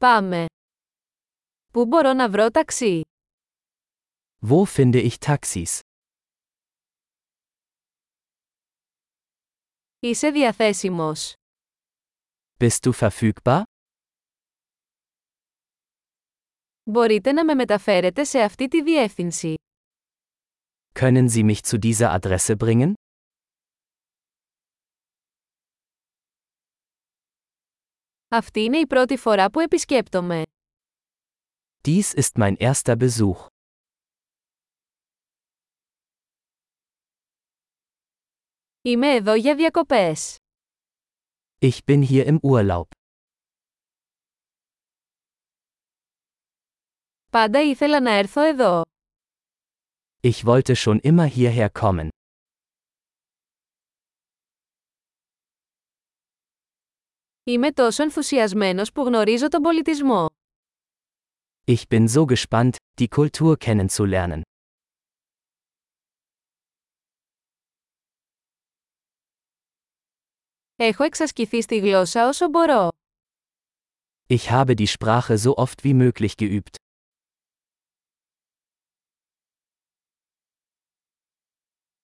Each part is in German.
Πάμε. Πού μπορώ να βρω ταξί? Wo finde ich Taxis? Είσαι διαθέσιμος. Bist du verfügbar? Μπορείτε να με μεταφέρετε σε αυτή τη διεύθυνση. Können Sie mich zu dieser Adresse bringen? Αυτή είναι η πρώτη φορά που επισκέπτομαι. Dies ist mein erster Besuch. Είμαι εδώ για διακοπές. Ich bin hier im Urlaub. Πάντα ήθελα να έρθω εδώ. Ich wollte schon immer hierher kommen. Είμαι τόσο ενθουσιασμένος που γνωρίζω τον πολιτισμό. Ich bin so gespannt, die Kultur kennenzulernen. Έχω εξασκηθεί στη γλώσσα όσο μπορώ. Ich habe die Sprache so oft wie möglich geübt.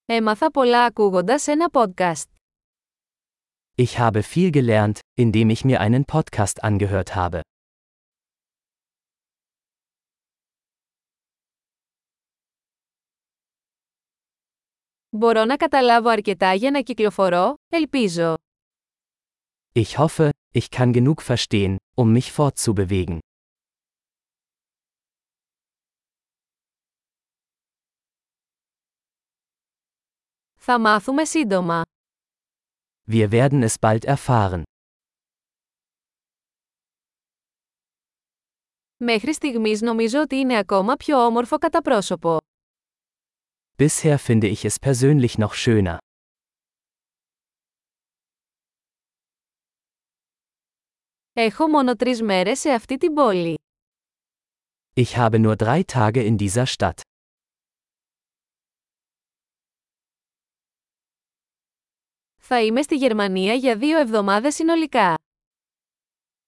Έμαθα πολλά ακούγοντας ένα podcast. Ich habe viel gelernt, indem ich mir einen Podcast angehört habe. Μπορώ να καταλάβω αρκετά για να κυκλοφορώ, ελπίζω. Ich hoffe, ich kann genug verstehen, um mich fortzubewegen. Θα μάθουμε σύντομα. Wir werden es bald erfahren. Μέχρι στιγμής νομίζω ότι είναι ακόμα πιο όμορφο κατά πρόσωπο. Bisher finde ich es persönlich noch schöner. Έχω μόνο τρεις μέρες σε αυτή την πόλη. Ich habe nur drei Tage in dieser Stadt. Θα είμαι στη Γερμανία για δύο εβδομάδες συνολικά.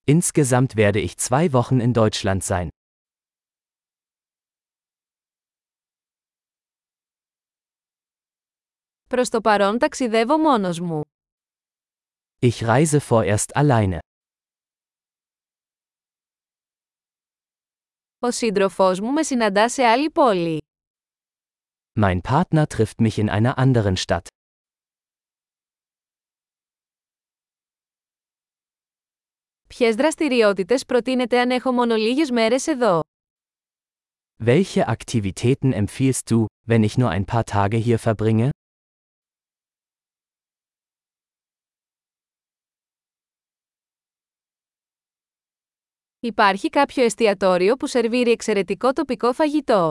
Insgesamt werde ich zwei Wochen in Deutschland sein. Προς το παρόν ταξιδεύω μόνος μου. Ich reise vorerst alleine. Ο σύντροφός μου με συναντά σε άλλη πόλη. Mein Partner trifft mich in einer anderen Stadt. Ποιες δραστηριότητες προτείνετε αν έχω μόνο λίγες μέρες εδώ. Welche Aktivitäten empfiehlst du, wenn ich nur ein paar Tage hier verbringe? Υπάρχει κάποιο εστιατόριο που σερβίρει εξαιρετικό τοπικό φαγητό.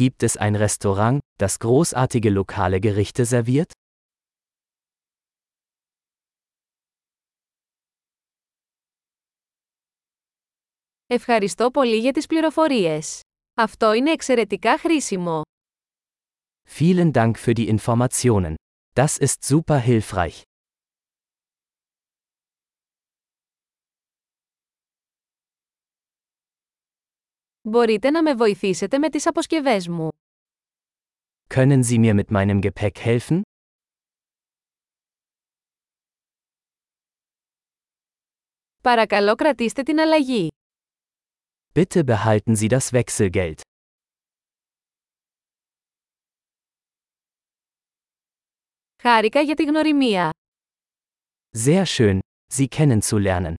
Gibt es ein Restaurant, das großartige lokale Gerichte serviert? Ευχαριστώ πολύ για τις πληροφορίες. Αυτό είναι εξαιρετικά χρήσιμο. Vielen Dank für die Informationen. Das ist super hilfreich. Μπορείτε να με βοηθήσετε με τις αποσκευές μου. Können Sie mir mit meinem Gepäck helfen? Παρακαλώ κρατήστε την αλλαγή. Bitte behalten Sie das Wechselgeld. Χάρηκα για τη γνωριμία. Sehr schön, Sie kennenzulernen.